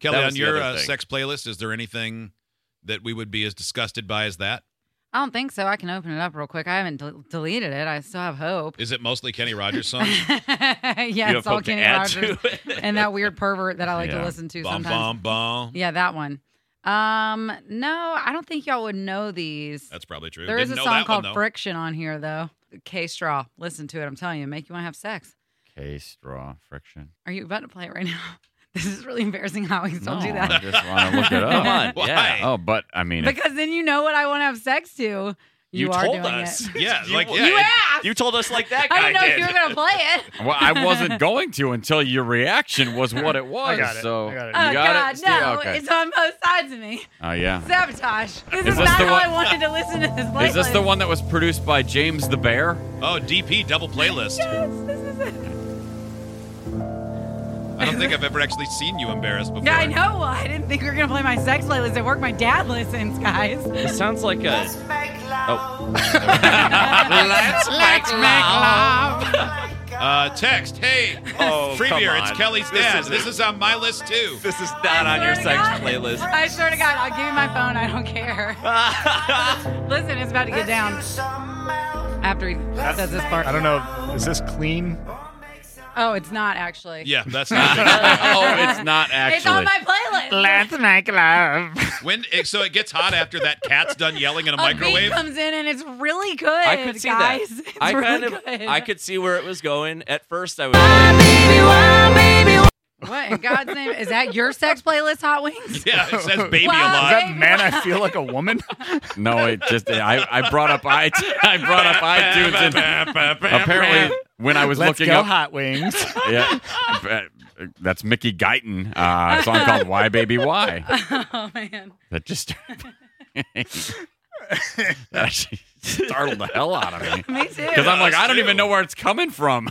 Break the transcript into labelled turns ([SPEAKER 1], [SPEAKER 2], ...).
[SPEAKER 1] Kelly,
[SPEAKER 2] That
[SPEAKER 1] on
[SPEAKER 2] was the
[SPEAKER 1] your
[SPEAKER 2] other
[SPEAKER 1] uh,
[SPEAKER 2] thing.
[SPEAKER 1] sex playlist, is there anything that we would be as disgusted by as that?
[SPEAKER 3] I don't think so. I can open it up real quick. I haven't del deleted it. I still have hope.
[SPEAKER 1] Is it mostly Kenny Rogers songs?
[SPEAKER 3] yeah,
[SPEAKER 2] you
[SPEAKER 3] it's
[SPEAKER 2] have
[SPEAKER 3] all
[SPEAKER 2] hope to
[SPEAKER 3] Kenny
[SPEAKER 2] add
[SPEAKER 3] Rogers
[SPEAKER 2] to it.
[SPEAKER 3] and that weird pervert that I like
[SPEAKER 2] Yeah.
[SPEAKER 3] to listen to
[SPEAKER 1] Bum, bum,
[SPEAKER 3] sometimes.
[SPEAKER 1] bum.
[SPEAKER 3] Yeah, that one. Um, no, I don't think y'all would know these.
[SPEAKER 1] That's probably true.
[SPEAKER 3] There is
[SPEAKER 1] Didn't know
[SPEAKER 3] a song
[SPEAKER 1] that one,
[SPEAKER 3] called
[SPEAKER 1] though.
[SPEAKER 3] Friction on here though. K Straw. Listen to it. I'm telling you, make you want to have sex.
[SPEAKER 2] K straw friction.
[SPEAKER 3] Are you about to play it right now? This is really embarrassing how always don't do
[SPEAKER 2] No,
[SPEAKER 3] that.
[SPEAKER 2] Oh, I just want to look it up.
[SPEAKER 1] Come on,
[SPEAKER 2] Yeah.
[SPEAKER 1] why?
[SPEAKER 2] Oh, but I mean, if
[SPEAKER 3] Because then you know what I want to have sex to. You, are
[SPEAKER 2] told
[SPEAKER 3] doing
[SPEAKER 2] us.
[SPEAKER 3] it.
[SPEAKER 1] Yeah, like,
[SPEAKER 2] you,
[SPEAKER 1] yeah,
[SPEAKER 3] You
[SPEAKER 1] it-
[SPEAKER 3] asked.
[SPEAKER 2] you told us like that guy
[SPEAKER 3] I didn't know
[SPEAKER 2] did.
[SPEAKER 3] if you were gonna play it.
[SPEAKER 2] well, I wasn't going to until your reaction was what it was.
[SPEAKER 4] I got it.
[SPEAKER 2] So
[SPEAKER 4] I got it.
[SPEAKER 3] Oh
[SPEAKER 2] You got
[SPEAKER 3] God,
[SPEAKER 2] it?
[SPEAKER 3] no!
[SPEAKER 2] Yeah, okay.
[SPEAKER 3] It's on both sides of me.
[SPEAKER 2] Oh yeah.
[SPEAKER 3] Sabotage. This is,
[SPEAKER 2] Is this
[SPEAKER 3] not
[SPEAKER 2] the
[SPEAKER 3] how
[SPEAKER 2] one-
[SPEAKER 3] I wanted to listen to this playlist.
[SPEAKER 2] Is this the one that was produced by James the Bear?
[SPEAKER 1] Oh, DP double playlist.
[SPEAKER 3] Yes, this is it.
[SPEAKER 1] I don't think I've ever actually seen you embarrassed before.
[SPEAKER 3] Yeah, I know. Well, I didn't think we were gonna play my sex playlist at work. My dad listens, guys.
[SPEAKER 4] It sounds like a.
[SPEAKER 2] Let's make love.
[SPEAKER 1] Uh, text, hey,
[SPEAKER 2] Oh,
[SPEAKER 1] free
[SPEAKER 2] come
[SPEAKER 1] beer, it's
[SPEAKER 2] on.
[SPEAKER 1] Kelly's
[SPEAKER 2] This
[SPEAKER 1] dad.
[SPEAKER 2] is-
[SPEAKER 1] This is on my list too.
[SPEAKER 2] This is not on your
[SPEAKER 3] swear
[SPEAKER 2] sex
[SPEAKER 3] to God.
[SPEAKER 2] playlist.
[SPEAKER 3] I swear to God, I'll give you my phone. I don't care. Listen, it's about to get down. After he says this part.
[SPEAKER 4] I don't know. Is this clean?
[SPEAKER 3] Oh, it's not actually.
[SPEAKER 1] Yeah, that's not
[SPEAKER 2] oh, it's not actually.
[SPEAKER 3] It's on my playlist.
[SPEAKER 4] make love.
[SPEAKER 1] when. It, so it gets hot after that cat's done yelling in a,
[SPEAKER 3] a
[SPEAKER 1] microwave.
[SPEAKER 3] beat comes in and it's really good.
[SPEAKER 5] I could see
[SPEAKER 3] guys.
[SPEAKER 5] that.
[SPEAKER 3] It's
[SPEAKER 5] I
[SPEAKER 3] really
[SPEAKER 5] kind of,
[SPEAKER 3] good.
[SPEAKER 5] I could see where it was going. At first, I was like,
[SPEAKER 3] What in God's name is that? Your sex playlist, Hot Wings?
[SPEAKER 1] Yeah, it says baby
[SPEAKER 3] Wow,
[SPEAKER 1] a lot.
[SPEAKER 3] baby.
[SPEAKER 4] Is that man, I feel like a woman?
[SPEAKER 2] No, it just I, I brought up i I brought up iTunes and apparently when I was
[SPEAKER 4] Let's
[SPEAKER 2] looking
[SPEAKER 4] go,
[SPEAKER 2] up
[SPEAKER 4] Hot Wings.
[SPEAKER 2] yeah, but that's Mickey Guyton, uh, a song called "Why Baby Why"
[SPEAKER 3] Oh man.
[SPEAKER 2] that just that actually startled the hell out of me
[SPEAKER 3] Me too.
[SPEAKER 2] because I'm like I don't even know where it's coming from.